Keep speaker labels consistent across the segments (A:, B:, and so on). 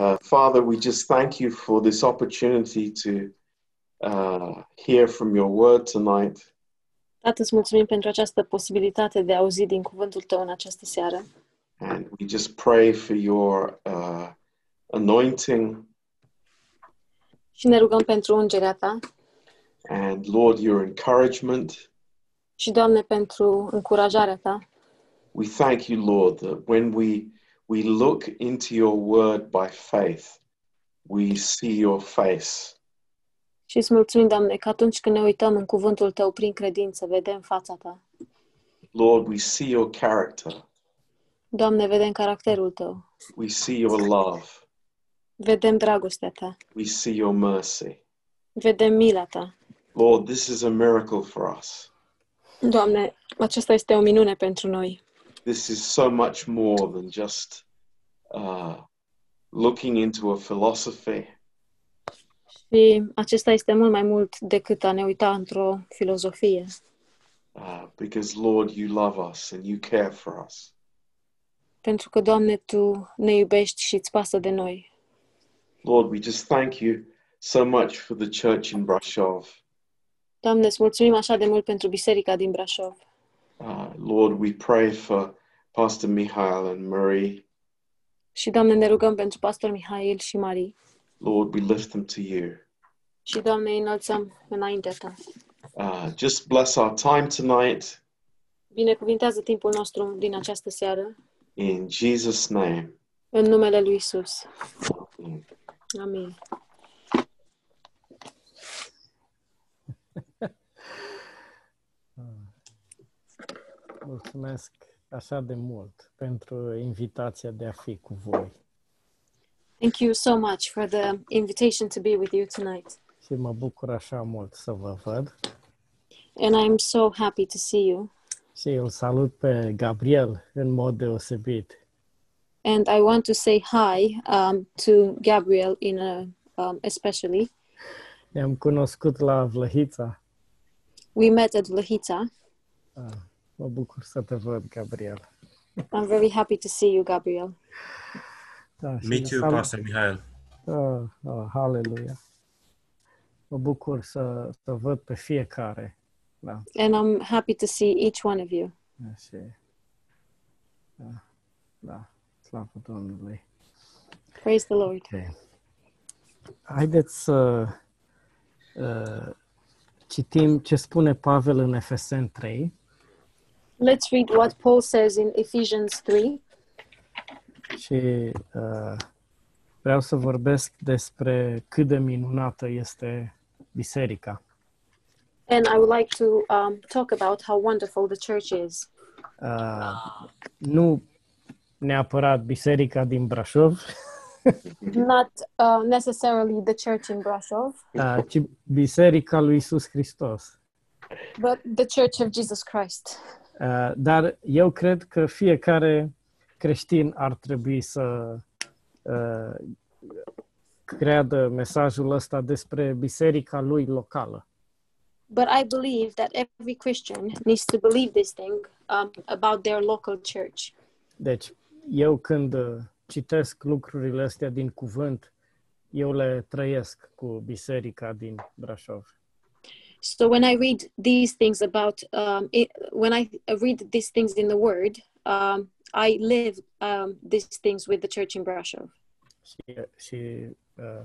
A: Uh, Father, we just thank you for this opportunity to uh, hear from your word tonight.
B: Tată, îți mulțumim pentru această posibilitate de a auzi din cuvântul tău în această seară
A: And we just pray for your uh, anointing
B: și ne rugăm pentru ungerea ta
A: and, Lord, your encouragement.
B: și, Doamne, pentru încurajarea ta.
A: We thank you, Lord, that when we, we look into your word by faith, we see your face.
B: Și îți mulțumim, Doamne, că atunci când ne uităm în cuvântul tău prin credință, vedem fața ta.
A: Lord, we see your character.
B: Doamne, vedem caracterul tău,
A: We see your love.
B: vedem dragostea ta,
A: We see your mercy.
B: vedem mila ta.
A: Lord, this is a miracle for us.
B: Doamne, aceasta este o minune pentru noi.
A: This is so much more than just uh, looking into a philosophy.
B: Și acesta este mult mai mult decât a ne uita într-o filozofie.
A: Uh, because, Lord, you love us and you care for us.
B: Pentru că, Doamne, Tu ne iubești și îți pasă de noi.
A: Lord, we just thank you so much for the church in Brasov.
B: Doamne, îți mulțumim așa de mult pentru biserica din Brașov.
A: Uh, Lord, we pray for Pastor Mihail and Marie.
B: Și, Doamne, ne rugăm pentru pastor Mihail și Marie.
A: Lord, we lift them to you.
B: Și, Doamne, îi înălțăm înaintea Ta.
A: Uh, just bless our time tonight
B: Binecuvintează timpul nostru din această seară.
A: in Jesus' name.
B: În numele Lui Isus.
A: Amen.
B: Amin.
C: Mulțumesc așa de mult pentru invitația de a fi cu voi.
B: Thank you so much for the invitation to be with you tonight.
C: Și mă bucur așa mult să vă văd.
B: And I'm so happy to see you.
C: Și îl salut pe Gabriel în mod deosebit.
B: And I want to say hi um, to Gabriel in a, um, especially.
C: Ne-am cunoscut la Vlăhița.
B: We met at Vlăhița.
C: Ah, Mă bucur să te văd, Gabriel.
B: I'm very happy to see you, Gabriel.
C: Da, și
D: Me
C: îl
D: too,
C: salut-
D: Pastor Mihail.
C: Ah, ah, Haleluia. Mă bucur să, să văd pe fiecare. Da,
B: And I'm happy to see each one of you.
C: și, da, da, slavă Domnului.
B: Praise the Lord.
C: Ok. Haideți să uh, citim ce spune Pavel în Efesen 3
B: Let's read what Paul says in Ephesians 3.
C: și uh, vreau să vorbesc despre cât de minunată este biserica.
B: And I would like to um, talk about how wonderful the church is.
C: Uh, nu neapărat biserica din Brașov,
B: Not uh, necessarily the church in Brasov,
C: uh, ci biserica lui Isus Hristos.
B: but the church of Jesus Christ.
C: Uh, dar eu cred că fiecare creștin ar trebui să uh, creadă mesajul ăsta despre biserica lui locală.
B: But I believe that every Christian needs to believe this thing um, about their local church.
C: Deci, eu când uh, citesc lucrurile astea din cuvânt, eu le trăiesc cu biserica din Brașov.
B: So when I read these things about, um, it, when I read these things in the Word, um, I live um, these things with the church in Brasov.
C: Și, și uh,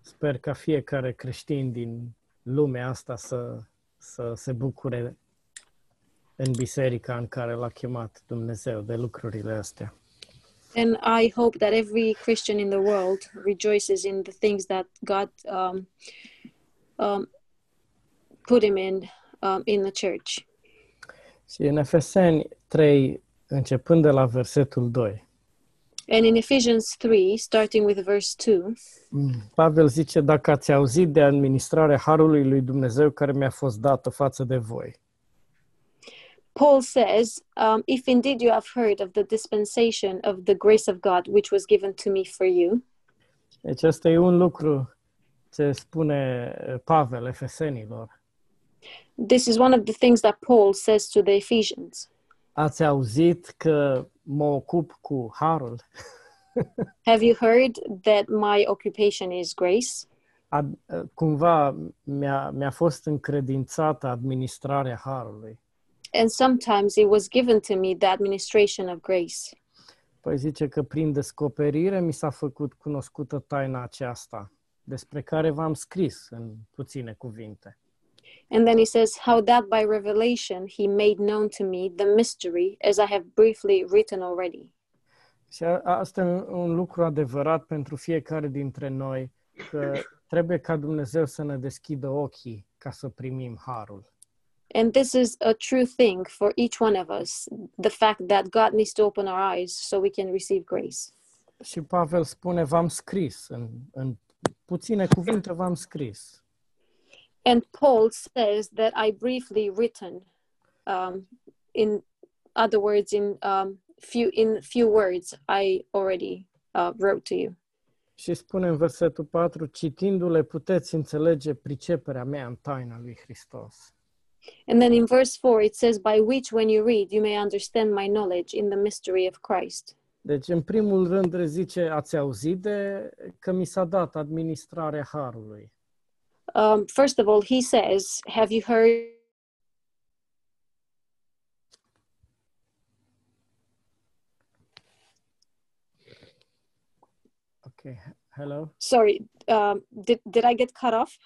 C: sper ca fiecare creștin din lumea asta să, să se bucure în biserica în care l-a chemat Dumnezeu de lucrurile astea.
B: And I hope that every Christian in the world rejoices in the things that God um, um, put him in um, in the church.
C: Și în Efeseni 3, începând de la versetul 2,
B: And in Ephesians 3, starting with verse 2,
C: Pavel zice, dacă ați auzit de administrarea Harului lui Dumnezeu care mi-a fost dată față de voi.
B: Paul says, um, If indeed you have heard of the dispensation of the grace of God which was given to me for you.
C: Deci ăsta e un lucru ce spune eh, Pavel Efesenilor.
B: This is one of the things that Paul says to the Ephesians.
C: Ați auzit că mă ocup cu Harul?
B: Have you heard that my occupation is grace?
C: Ad, cumva mi-a, mi-a fost încredințată administrarea Harului.
B: And sometimes it was given to me the administration of grace.
C: Păi zice că prin descoperire mi s-a făcut cunoscută taina aceasta, despre care v-am scris în puține cuvinte.
B: And then he says, How that by revelation he made known to me the mystery, as I have briefly written already.
C: Și a- asta e un lucru adevărat pentru fiecare dintre noi, că trebuie ca Dumnezeu să ne deschidă ochii ca să primim harul.
B: And this is a true thing for each one of us the fact that God needs to open our eyes so we can receive grace.
C: Și Pavel spune, v-am scris, în, în puține cuvinte v-am scris.
B: And Paul says that I briefly written, um, in other words, in um, few in few words, I already uh, wrote to you.
C: Și spune în versetul 4, citindu-le puteți înțelege priceperea mea în taina lui Hristos.
B: And then in verse 4, it says, By which, when you read, you may understand my knowledge in the mystery of Christ.
C: Deci, în primul rând, le zice, ați auzit de că mi s-a dat administrarea harului.
B: Um, first of all, he says, Have you heard?
C: Ok, hello?
B: Sorry, um, did, did I get cut off?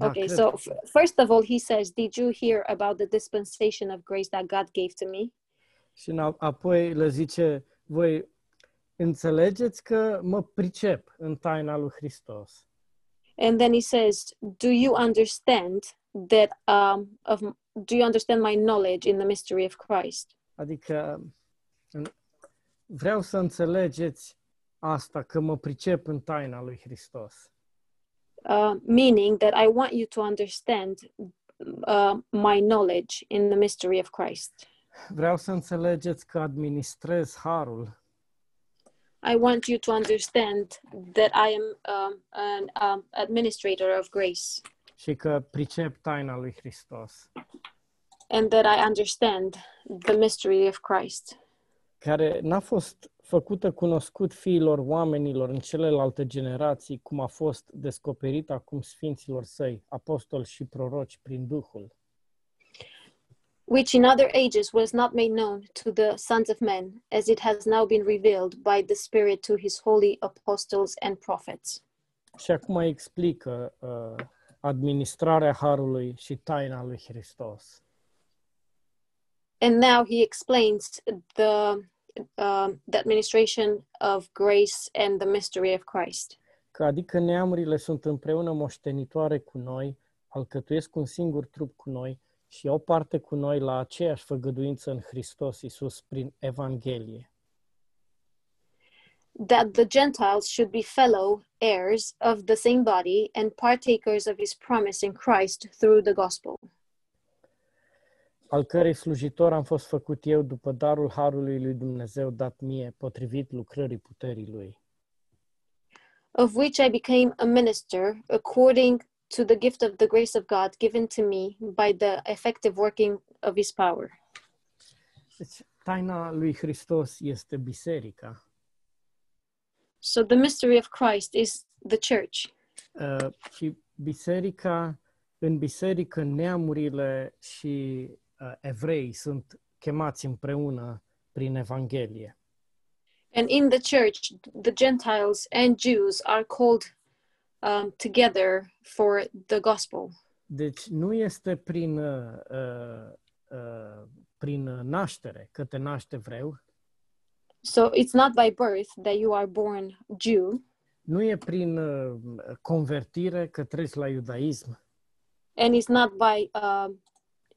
B: okay,
C: Da, cred
B: so
C: că-
B: f- first of all, he says, Did you hear about the dispensation of grace that God gave to me?
C: Și în a- apoi le zice, voi înțelegeți că mă pricep în taina lui Hristos.
B: And then he says, Do you understand that? Um, of, do you understand my knowledge in the mystery of Christ?
C: Adică în- vreau să înțelegeți asta, că mă pricep în taina lui Hristos.
B: Uh, meaning that I want you to understand uh, my knowledge in the mystery of Christ.
C: Vreau să înțelegeți că administrez harul
B: I want you to understand that I am um, an um, administrator of grace
C: și că pricep taina lui Hristos,
B: and that I understand the mystery of Christ,
C: care n-a fost făcută cunoscut fiilor oamenilor în celelalte generații, cum a fost descoperit acum sfinților săi, apostoli și proroci prin Duhul.
B: which in other ages was not made known to the sons of men, as it has now been revealed by the Spirit to his holy apostles and prophets.
C: Și acum îi explică uh, administrarea harului și taina lui Hristos.
B: And now he explains the, um, the administration of grace and the mystery of Christ.
C: Că adică neamurile sunt împreună moștenitoare cu noi, alcătuiesc un singur trup cu noi și au parte cu noi la aceeași făgăduință în Hristos Iisus prin Evanghelie.
B: that the Gentiles should be fellow heirs of the same body and partakers of his promise in Christ through the gospel,
C: Al cărei slujitor am fost făcut eu după darul harului lui Dumnezeu dat mie, potrivit lucrării puterii lui.
B: of which I became a minister according to the gift of the grace of God given to me by the effective working of his power.
C: Deci, taina lui Hristos este biserica.
B: So the mystery of Christ is the church.
C: Uh, și biserica, în biserică neamurile și uh, evrei sunt chemați împreună prin Evanghelie.
B: And in the church, the Gentiles and Jews are called um, together for the gospel.
C: Deci nu este prin, uh, uh, uh, prin naștere că te naști evreu,
B: So it's not by birth that you are born Jew.
C: nu e prin uh, convertire că treci la iudaism,
B: and it's not by um,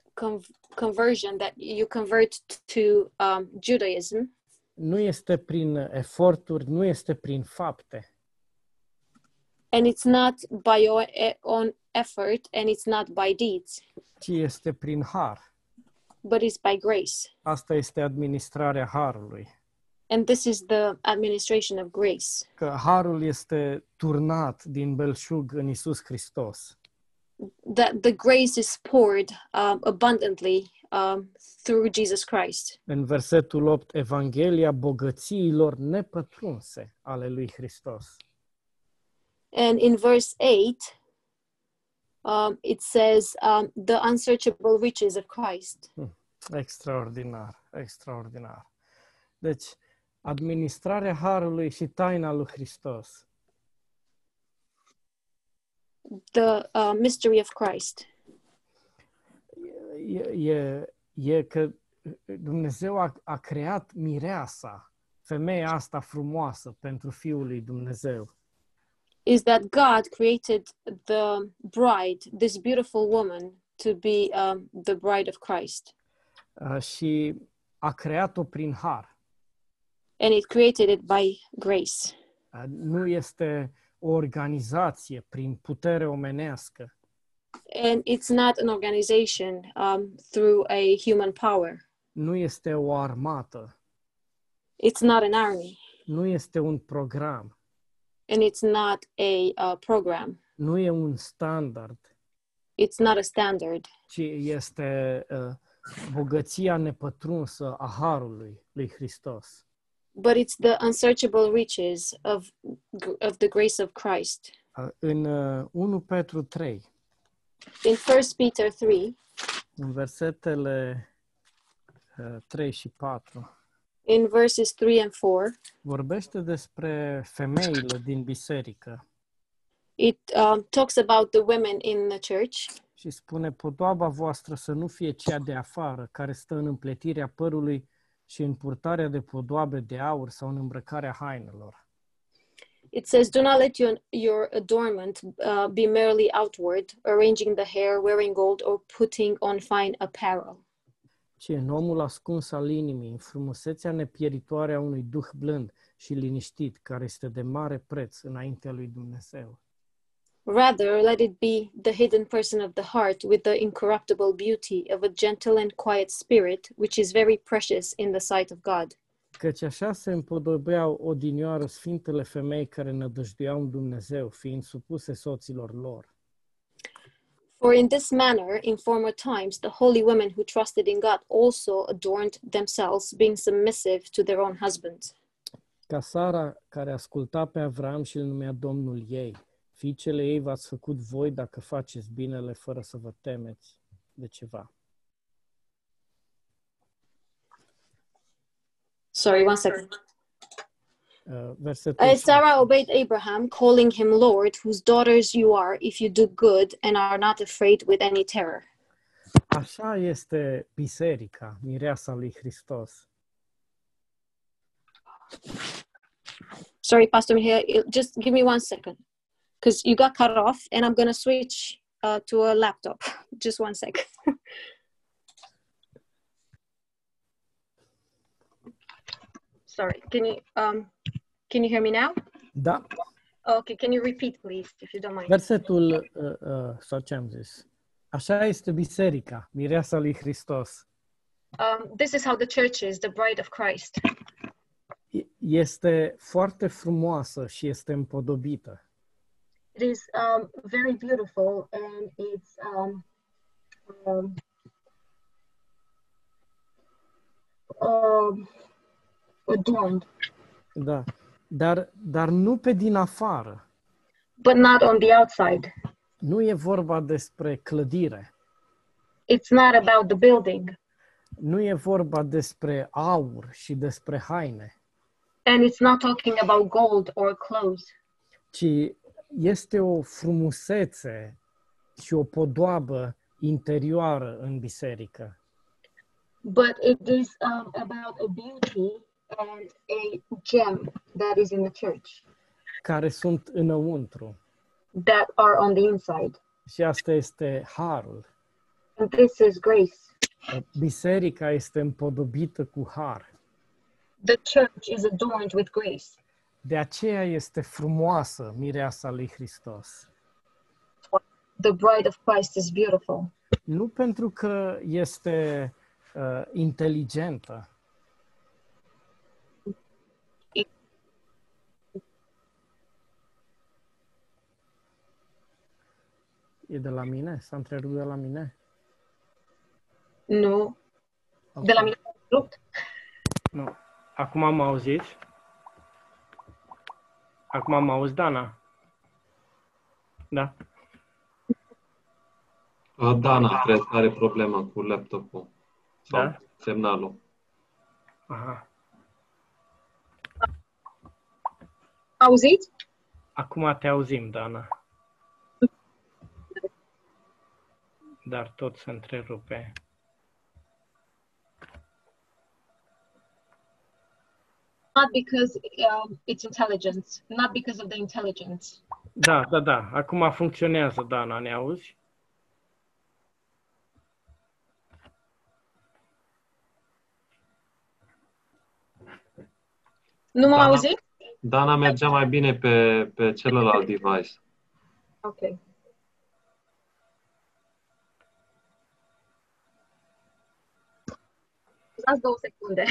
B: con- conversion that you convert to um, Judaism,
C: nu este prin eforturi, nu este prin fapte,
B: and it's not by your e- own effort, and it's not by deeds,
C: ci este prin har.
B: but it's by grace.
C: Asta este administrarea harului.
B: And this is the administration of grace.
C: că harul este turnat din belșug în Isus Hristos.
B: that the grace is poured um, abundantly um, through Jesus Christ.
C: În versetul 8, Evanghelia bogățiilor nepătrunse ale lui Hristos.
B: And in verse 8, um, it says um, the unsearchable riches of Christ.
C: Extraordinar, extraordinar. Deci, administrarea harului și taina lui Hristos
B: the uh, mystery of Christ.
C: e, e, e că Dumnezeu a, a creat mireasa, femeia asta frumoasă pentru Fiul lui Dumnezeu.
B: Is that God created the bride, this beautiful woman, to be um, the bride of Christ,
C: Uh, și a creat-o prin har.
B: and it created it by grace.
C: Uh, Nu este o organizație prin putere omenească,
B: And it's not an organization um, through a human power.
C: nu este o armată,
B: It's not an army,
C: nu este un program,
B: and it's not a uh, program.
C: nu e un standard,
B: It's not a standard.
C: ci este uh, bogăția nepătrunsă a harului lui Hristos.
B: but it's the unsearchable riches of of the grace of Christ.
C: Uh, În uh, 1 Petru 3,
B: In First Peter three,
C: în versetele uh, 3 și 4,
B: in verses three and four,
C: vorbește despre femeile din biserică.
B: it um, talks about the women in the church,
C: și spune, podoaba voastră să nu fie cea de afară, care stă în împletirea părului și în purtarea de podoabe de aur sau în îmbrăcarea hainelor.
B: It says, Do not let your, your adornment uh, be merely outward, arranging the hair, wearing gold, or putting on fine apparel,
C: Ci în omul ascuns al inimii, în frumusețea nepieritoare a unui duh blând și liniștit, care este de mare preț înaintea lui Dumnezeu.
B: Rather, let it be the hidden person of the heart with the incorruptible beauty of a gentle and quiet spirit, which is very precious in the sight of God.
C: Căci așa se împodobeau odinioară sfintele femei care nădăjduiau în Dumnezeu, fiind supuse soților lor.
B: For in this manner, in former times, the holy women who trusted in God also adorned themselves, being submissive to their own husbands.
C: ca Sara care asculta pe Avram și îl numea Domnul ei. Fiicele ei v-ați făcut voi dacă faceți binele fără să vă temeți de ceva.
B: Sorry, one second.
C: Uh, Versetul
B: Uh,
C: 7.
B: Sarah obeyed Abraham, calling him Lord, whose daughters you are, if you do good and are not afraid with any terror.
C: Așa este biserica, mireasa lui Hristos.
B: Sorry, Pastor Mihai, it- just give me one second because you got cut off, and I'm going to switch uh, to a laptop. Just one second. Sorry, can you um, can you hear me now? Oh,
C: Da,
B: Okay, can you repeat, please, if you don't mind?
C: versetul, uh, uh, sau ce am zis? Așa este biserica, mireasa lui Hristos.
B: Um, this is how the church is, the bride of Christ.
C: E- Este foarte frumoasă și este împodobită.
B: It is um, very beautiful, and it's um, um, um, adorned,
C: Da. Dar, dar nu pe din afară.
B: but not on the outside.
C: Nu e vorba despre clădire,
B: It's not about the building,
C: nu e vorba despre aur și despre haine,
B: and it's not talking about gold or clothes.
C: ci este o frumusețe și o podoabă interioară în biserică.
B: but it is um, about a beauty and a gem that is in the church
C: care sunt înăuntru.
B: that are on the inside.
C: Și asta este harul.
B: And this is grace.
C: Biserica este împodobită cu har.
B: The church is adorned with grace.
C: De aceea este frumoasă mireasa lui Hristos.
B: The bride of Christ is beautiful,
C: Nu pentru că este uh, inteligentă, E de la mine? S-a întrerupt de la mine?
D: Nu. De la
C: Ok.
D: mine s-a rupt?
C: Nu. Acum am auzit? Acum am auzit, Dana? Da.
E: Uh, Dana, cred că are problema cu laptopul sau
C: Da.
E: semnalul.
C: Aha.
D: Auziți?
C: Acum te auzim, Dana. Dar tot se întrerupe.
D: Not because um, it's intelligence. Not because of the intelligence.
C: Da, da, da. Acum funcționează, Dana. Ne auzi?
D: Nu mă
E: Da.
D: auziți?
E: Dana mergea mai bine pe, pe celălalt device.
D: Ok. Dați două secunde.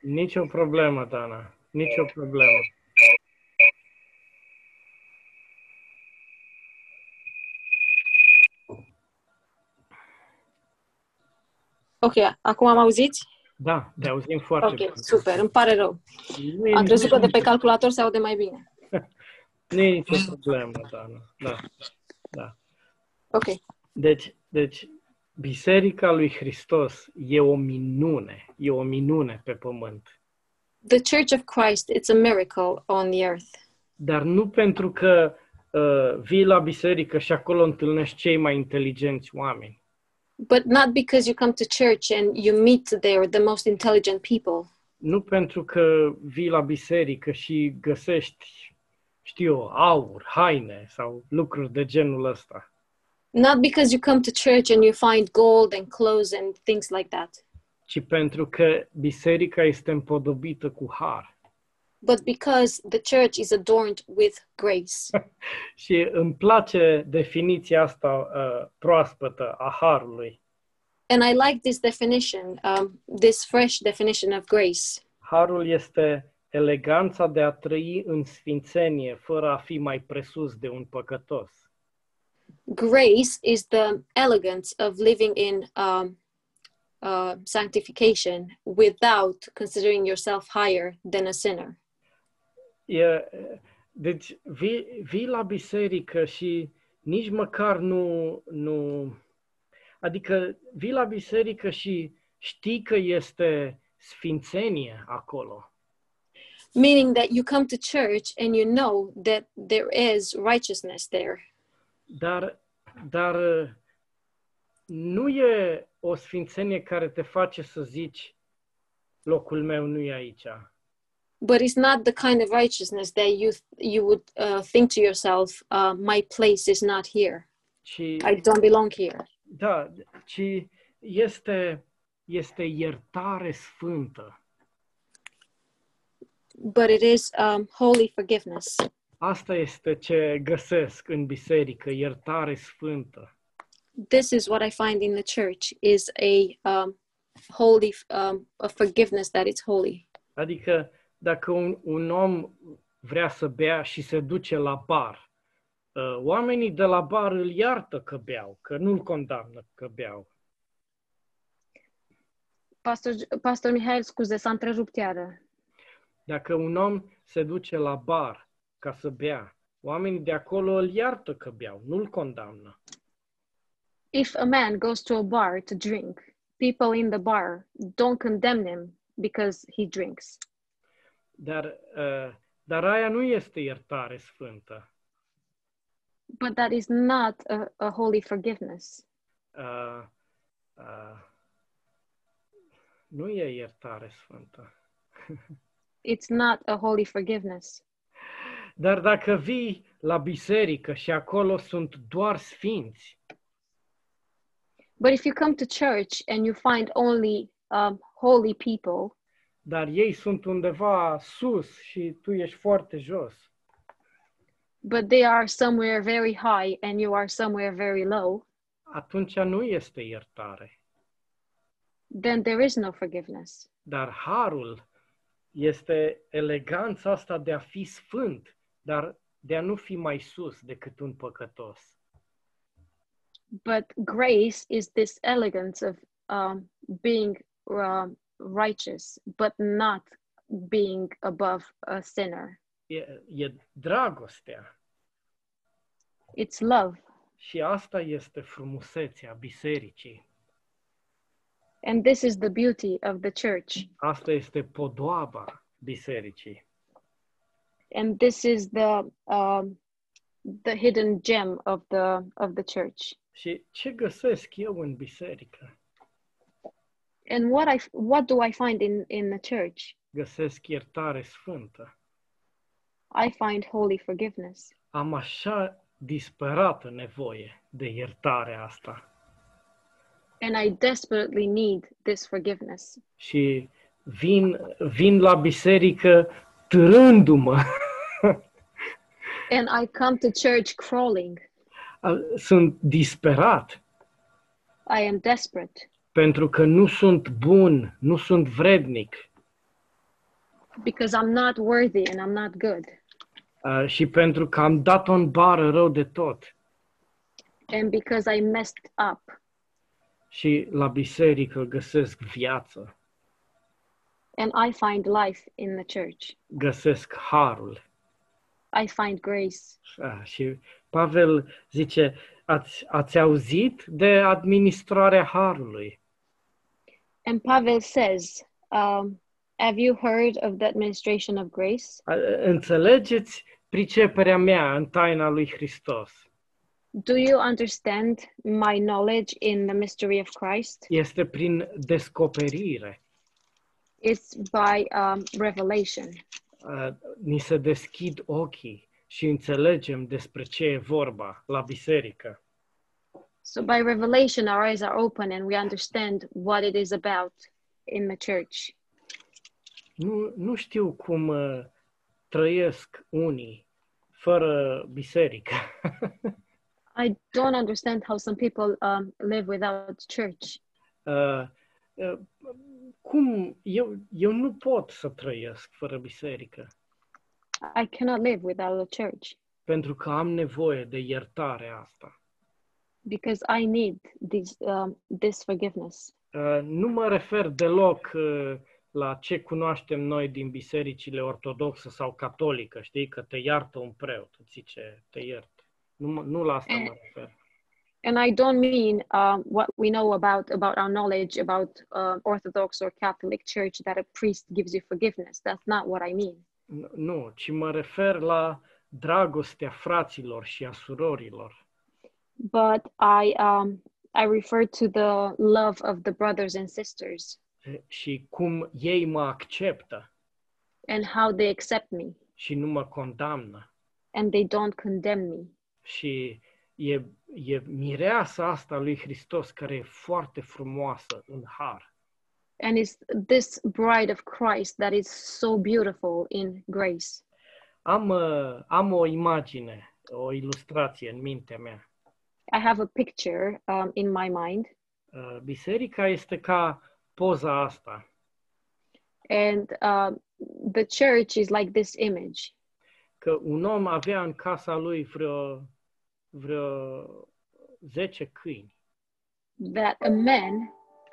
C: Nici o problemă, Dana. Nici o problemă.
B: Ok, acum am auzit?
C: Da, te auzim foarte
B: Ok, super, îmi pare rău.
C: bine. Nu e
B: Am crezut că de pe
C: nicio-
B: calculator se aude mai bine.
C: Nu e nicio problemă, Dana. Da. da.
B: Ok,
C: Deci, deci, Biserica lui Hristos e o minune. E o minune pe pământ.
B: the Church of Christ, it's a miracle on the earth.
C: Dar nu pentru că uh, vii la biserică și acolo întâlnești cei mai inteligenți oameni.
B: But not because you come to church and you meet there the most intelligent people.
C: Nu pentru că vii la biserică și găsești, știu eu, aur, haine sau lucruri de genul ăsta.
B: Not because you come to church and you find gold and clothes and things like that.
C: ci pentru că biserica este împodobită cu har.
B: But because the church is adorned with grace.
C: Și îmi place definiția asta uh, proaspătă a harului.
B: And I like this definition, um, this fresh definition of grace.
C: Harul este eleganța de a trăi în sfințenie fără a fi mai presus de un păcătos.
B: Grace is the elegance of living in um, uh, sanctification without considering yourself higher than a sinner.
C: E, deci vii vii la biserică și nici măcar nu, nu... Adică vii la biserică și știi că este sfințenie acolo.
B: Meaning that you come to church and you know that there is righteousness there.
C: Dar, dar uh, nu e o sfințenie care te face să zici locul meu nu e aici.
B: But it's not the kind of righteousness that you you would uh, think to yourself, uh, "My place is not here.
C: Ci,
B: I don't belong here."
C: da, ci este, este iertare sfântă.
B: But it is um, holy forgiveness.
C: Asta este ce găsesc în biserică, iertare sfântă.
B: this is what I find in the church is a um, holy um, a forgiveness that it's holy.
C: Adică dacă un, un om vrea să bea și se duce la bar, uh, oamenii de la bar îl iartă că beau, că nu-l condamnă că beau.
F: Pastor, Pastor Mihail, scuze, s-a întrerupt iară.
C: Dacă un om se duce la bar ca să bea, oamenii de acolo îl iartă că beau, nu-l condamnă.
F: If a man goes to a bar to drink, people in the bar don't condemn him because he drinks.
C: Dar, uh, dar aia nu este iertare sfântă.
F: But that is not a, a holy forgiveness.
C: Uh, uh, nu e iertare sfântă.
F: It's not a holy forgiveness.
C: Dar dacă vii la biserică și acolo sunt doar sfinți,
F: But if you come to church and you find only um, holy people,
C: dar ei sunt undeva sus și tu ești foarte jos,
F: but they are somewhere very high and you are somewhere very low,
C: atunci nu este iertare.
F: then there is no forgiveness.
C: Dar harul este eleganța asta de a fi sfânt, dar de a nu fi mai sus decât un păcătos.
B: but grace is this elegance of um, being um, righteous, but not being above a sinner.
C: E, e dragostea.
B: It's love.
C: Și asta este frumusețea bisericii.
B: And this is the beauty of the church.
C: Asta este podoaba bisericii.
B: And this is the um, the hidden gem of the of the church.
C: Și ce găsesc eu în biserică?
B: And what I what do I find in in the church?
C: Găsesc iertare sfântă.
B: I find holy forgiveness.
C: Am așa disperată nevoie de iertarea asta.
B: And I desperately need this forgiveness.
C: Și vin, vin la biserică târându-mă.
B: And I come to church crawling.
C: Sunt disperat
B: I am desperate
C: pentru că nu sunt bun, nu sunt vrednic
B: because I'm not worthy and I'm not good.
C: uh, și pentru că am dat-o în bară rău de tot.
B: And because I messed up.
C: Și la biserică găsesc viață,
B: And I find life in the church.
C: găsesc harul.
B: I find grace.
C: Așa, și Pavel zice, ați, ați auzit de administrarea Harului?
B: And Pavel says, um, Have you heard of the administration of grace?
C: A- Înțelegeți priceperea mea în taina lui Hristos.
B: Do you understand my knowledge in the mystery of Christ?
C: Este prin descoperire.
B: It's by um, revelation.
C: A, Ni se deschid ochii și înțelegem despre ce e vorba la biserică.
B: So, by revelation, our eyes are open and we understand what it is about in the church.
C: Nu, nu știu cum uh, trăiesc unii fără biserică.
B: I don't understand how some people um, live without church.
C: Uh, uh, cum eu, eu nu pot să trăiesc fără biserică,
B: I cannot live without a church
C: pentru că am nevoie de iertarea asta.
B: because I need this, um, this forgiveness.
C: Uh, nu mă refer deloc uh, la ce cunoaștem noi din bisericile ortodoxă sau catolică, știi, că te iartă un preot, îți zice, te iert. Nu, mă- nu la asta mă refer.
B: And I don't mean um, what we know about about our knowledge about uh, Orthodox or Catholic Church that a priest gives you forgiveness. That's not what I mean.
C: N- Nu, ci mă refer la dragostea fraților și a surorilor,
B: But I um, I refer to the love of the brothers and sisters
C: e, eh, și cum ei mă acceptă
B: and how they accept me
C: și nu mă condamnă.
B: and they don't condemn me.
C: Și e, e mireasa asta lui Hristos care e foarte frumoasă în har.
B: And it's this bride of Christ that is so beautiful in grace.
C: Am, uh, am o imagine, o ilustrație în mintea mea.
B: I have a picture um, in my mind,
C: Uh, Biserica este ca poza asta.
B: and um, the church is like this image.
C: Că un om avea în casa lui vreo, vreo 10 câini
B: that a man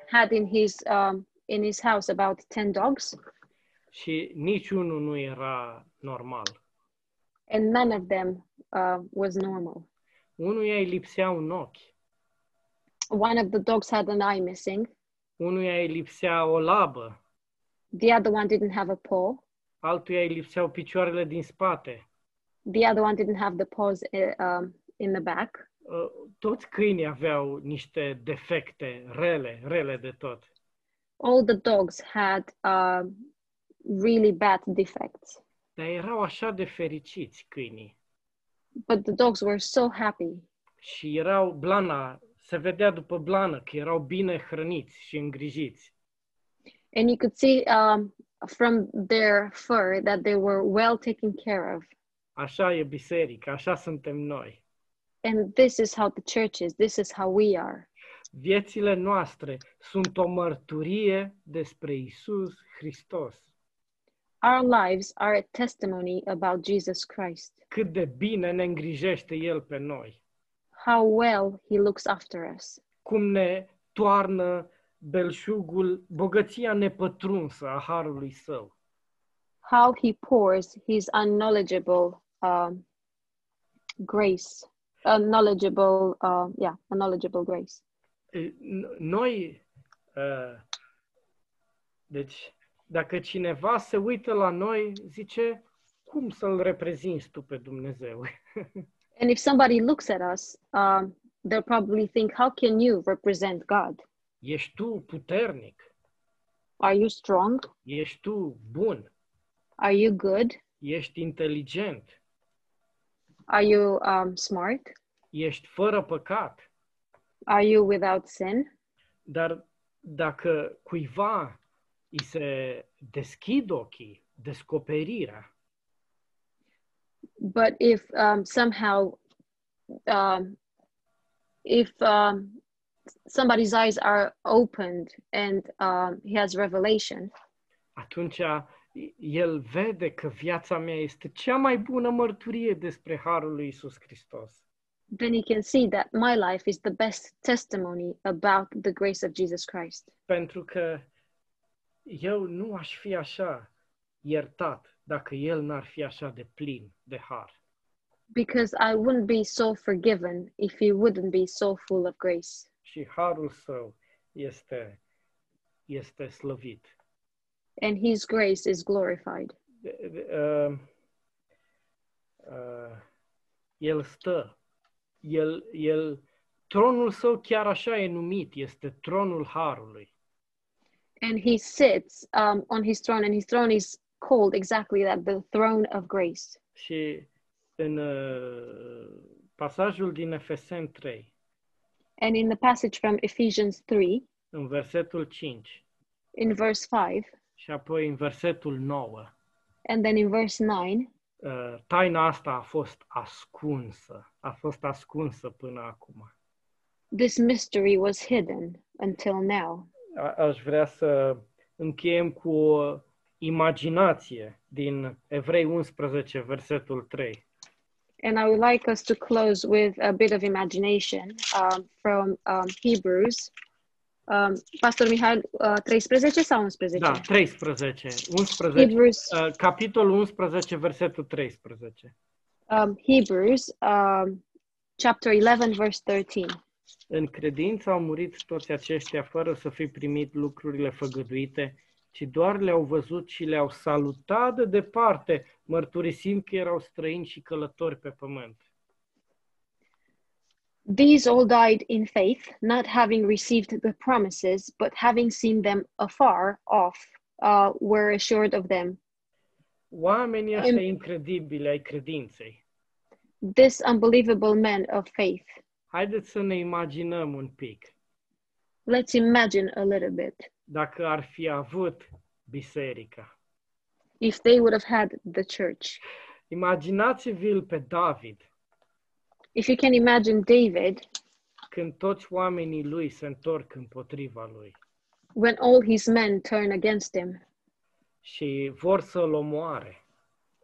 B: had in his um, in his house about 10 dogs
C: și niciunul nu era normal.
B: and none of them uh, was normal
C: Unuia îi lipsea un ochi,
B: one of the dogs had an eye missing
C: unuia îi lipsea o labă,
B: the other one didn't have a paw
C: altuia îi lipseau picioarele din spate.
B: the other one didn't have the paws uh, um, in the back
C: Uh, toți câinii aveau niște defecte rele, rele de tot.
B: all the dogs had um, really bad defects
C: Dar erau așa de fericiți câinii
B: but the dogs were so happy
C: și erau blana, se vedea după blană că erau bine hrăniți și îngrijiți.
B: and you could see um, from their fur that they were well taken care of
C: Așa e biserica, așa suntem noi.
B: and this is how the church is this is how we are
C: Viețile noastre sunt o mărturie despre Isus Hristos.
B: Our lives are a testimony about Jesus Christ,
C: Cât de bine ne îngrijește El pe noi.
B: how well he looks after us.
C: cum ne toarnă belșugul, bogăția nepătrunsă a harului său.
B: how he pours his unknowledgeable um, grace, unknowledgeable, uh, yeah, unknowledgeable grace.
C: E, n- Noi, uh, deci, dacă cineva se uită la noi, zice, cum să-L reprezinți tu pe Dumnezeu?
B: And if somebody looks at us, um, they'll probably think, "How can you represent God?
C: Ești tu puternic,
B: Are you strong?
C: ești tu bun,
B: Are you good?
C: ești inteligent,
B: Are you um, smart?
C: ești fără păcat.
B: Are you without sin?"
C: Dar dacă cuiva îi se deschid ochii, descoperirea,
B: But if um, somehow, um, if um, somebody's eyes are opened and um, he has revelation,
C: atunci el vede că viața mea este cea mai bună mărturie despre Harul lui Isus Hristos.
B: then you can see that my life is the best testimony about the grace of Jesus Christ
C: Pentru că eu nu aș fi așa iertat dacă el n-ar fi așa de plin de har.
B: because I wouldn't be so forgiven if he wouldn't be so full of grace.
C: Și harul său este, este slăvit.
B: And his grace is glorified.
C: De- de- uh, uh, El stă. El, el, tronul său chiar așa e numit, este tronul harului.
B: And he sits um, on his throne, and his throne is called exactly that the throne of grace.
C: Și în uh, pasajul din Efesen 3,
B: And in the passage from Ephesians 3,
C: în versetul 5
B: in verse 5,
C: și apoi în versetul 9,
B: and then in verse 9,
C: uh, taina asta a fost ascunsă, a fost ascunsă până acum.
B: this mystery was hidden until now.
C: A- aș vrea să încheiem cu o imaginație din Evrei 11, versetul 3.
B: And I would like us to close with a bit of imagination um, from um, Hebrews. Um, Pastor Mihail, uh, 13 sau 11?
C: Da, 13, 11,
B: Hebrews,
C: uh, capitolul 11, versetul 13.
B: um, Hebrews um, chapter 11, verse 13.
C: În credință au murit toți aceștia fără să fi primit lucrurile făgăduite, ci doar le-au văzut și le-au salutat de departe, mărturisind că erau străini și călători pe pământ.
B: These all died in faith, not having received the promises, but having seen them afar off, uh, were assured of them.
C: Oamenii ăștia
B: Am-
C: incredibili ai credinței.
B: This unbelievable man of faith.
C: Haideți să ne imaginăm un pic.
B: Let's imagine a little bit
C: Dacă ar fi avut biserica.
B: if they would have had the church.
C: Imaginați-vi-l pe David,
B: if you can imagine David,
C: când toți oamenii lui se întorc împotriva lui
B: when all his men turn against him
C: și vor să-l omoare.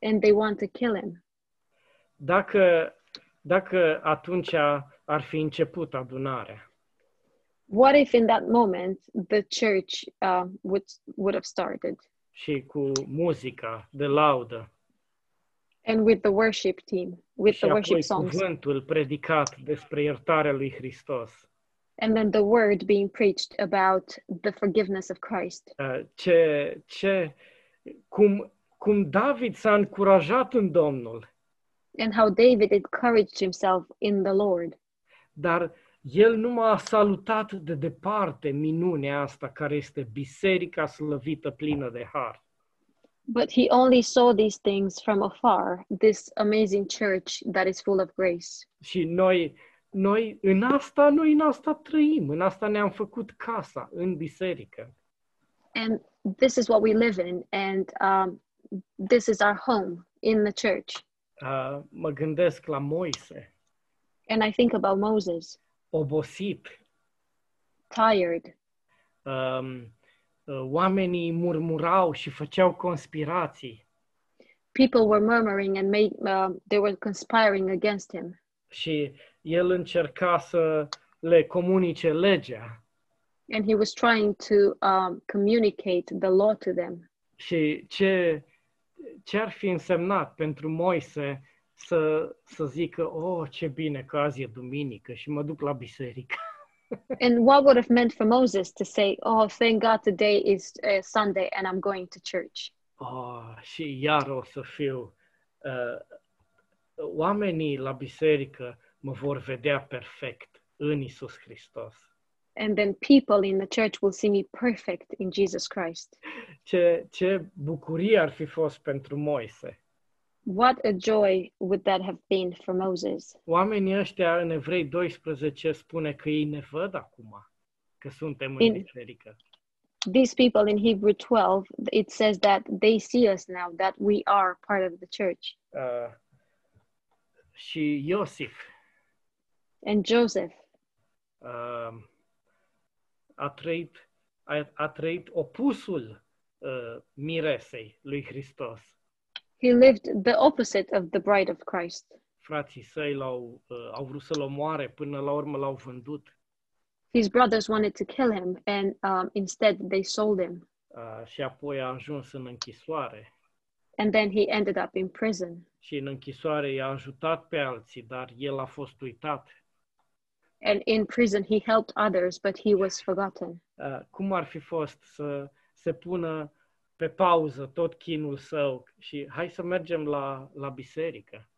B: and they want to kill him,
C: dacă, dacă atunci ar fi început adunarea,
B: what if in that moment the church uh, would would have started
C: și cu muzica de laudă
B: and with the worship team, with
C: și
B: the
C: apoi
B: worship songs,
C: cuvântul predicat despre iertarea lui Hristos.
B: and then the word being preached about the forgiveness of Christ?
C: Uh, Ce, ce, cum, cum David s-a încurajat în Domnul,
B: And how David encouraged himself in the Lord,
C: dar el nu m-a salutat de departe minunea asta care este biserica slăvită plină de har.
B: but he only saw these things from afar, this amazing church that is full of grace.
C: Și noi, noi în asta, noi în asta trăim, în asta ne-am făcut casa, în biserică.
B: and this is what we live in and um, this is our home in the church
C: Uh, mă gândesc la Moise,
B: and i think about moses
C: obosit,
B: tired
C: um, uh, oamenii murmurau și făceau conspirații
B: people were murmuring and made um they were conspiring against him
C: și el încerca să le comunice legea
B: and he was trying to um, communicate the law to them.
C: și ce, ce ar fi însemnat pentru Moise să, să zică, oh, ce bine că azi e duminică și mă duc la biserică.
B: And what would have meant for Moses to say, "Oh, thank God today is uh, Sunday and I'm going to church."
C: Oh, și iar o să fiu. Uh, oamenii la biserică mă vor vedea perfect în Isus Hristos.
B: And then people in the church will see me perfect in Jesus Christ.
C: Ce, ce bucurie ar fi fost pentru Moise.
B: What a joy would that have been for Moses.
C: Oamenii ăștia în Evrei 12 spune că ei ne văd acum, că suntem în
B: Bine.
C: biserică.
B: These people in Hebrew 12, it says that they see us now, that we are part of the church.
C: Uh, și Iosif
B: And Joseph,
C: uh, a, trăit, a, a trăit opusul uh, miresei lui Hristos.
B: he lived the opposite of the bride of Christ.
C: frații săi l-au, uh, au vrut să-l omoare, până la urmă l-au vândut
B: His brothers wanted to kill him, and um, instead they sold him.
C: uh, și apoi a ajuns în închisoare.
B: And then he ended up in prison.
C: Și în închisoare i-a ajutat pe alții, dar el a fost uitat.
B: And in prison, he helped others, but he was forgotten.
C: Uh, cum ar fi fost să se pună pe pauză tot chinul său și hai să mergem la, la biserică?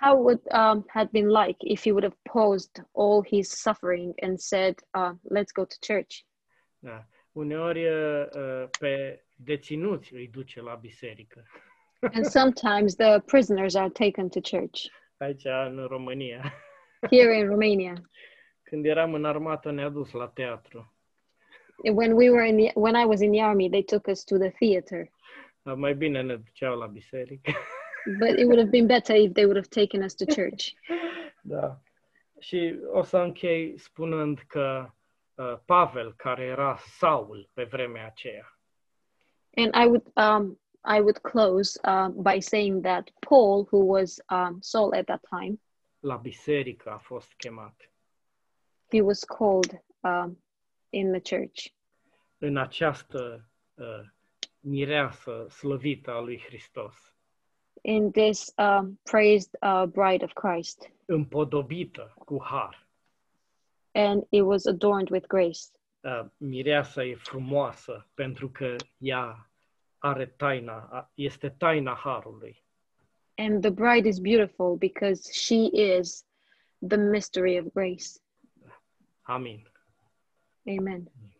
B: How would um, had been like if he would have paused all his suffering and said, uh, "Let's go to church."
C: Da. Uneori uh, pe deținuți îi duce la biserică,
B: and sometimes the prisoners are taken to church.
C: aici în România.
B: Here in Romania,
C: Când eram în armată ne-a dus la teatru.
B: when we were in the when I was in the army, they took us to the theater.
C: Dar mai bine ne duceau la biserică.
B: But it would have been better if they would have taken us to church.
C: Da. Și o să închei spunând că uh, Pavel, care era Saul pe vremea aceea,
B: And I would um, I would close uh, by saying that Paul, who was um, Saul at that time,
C: la biserică a fost chemat.
B: he was called um, in the church
C: În această uh, mireasă slăvită a lui Hristos,
B: in this um, praised uh, bride of Christ,
C: împodobită cu har.
B: and it was adorned with grace.
C: Uh, mireasa e frumoasă pentru că ea are taina, a- este taina harului.
B: And the bride is beautiful because she is the mystery of grace.
C: Amin.
B: Amen.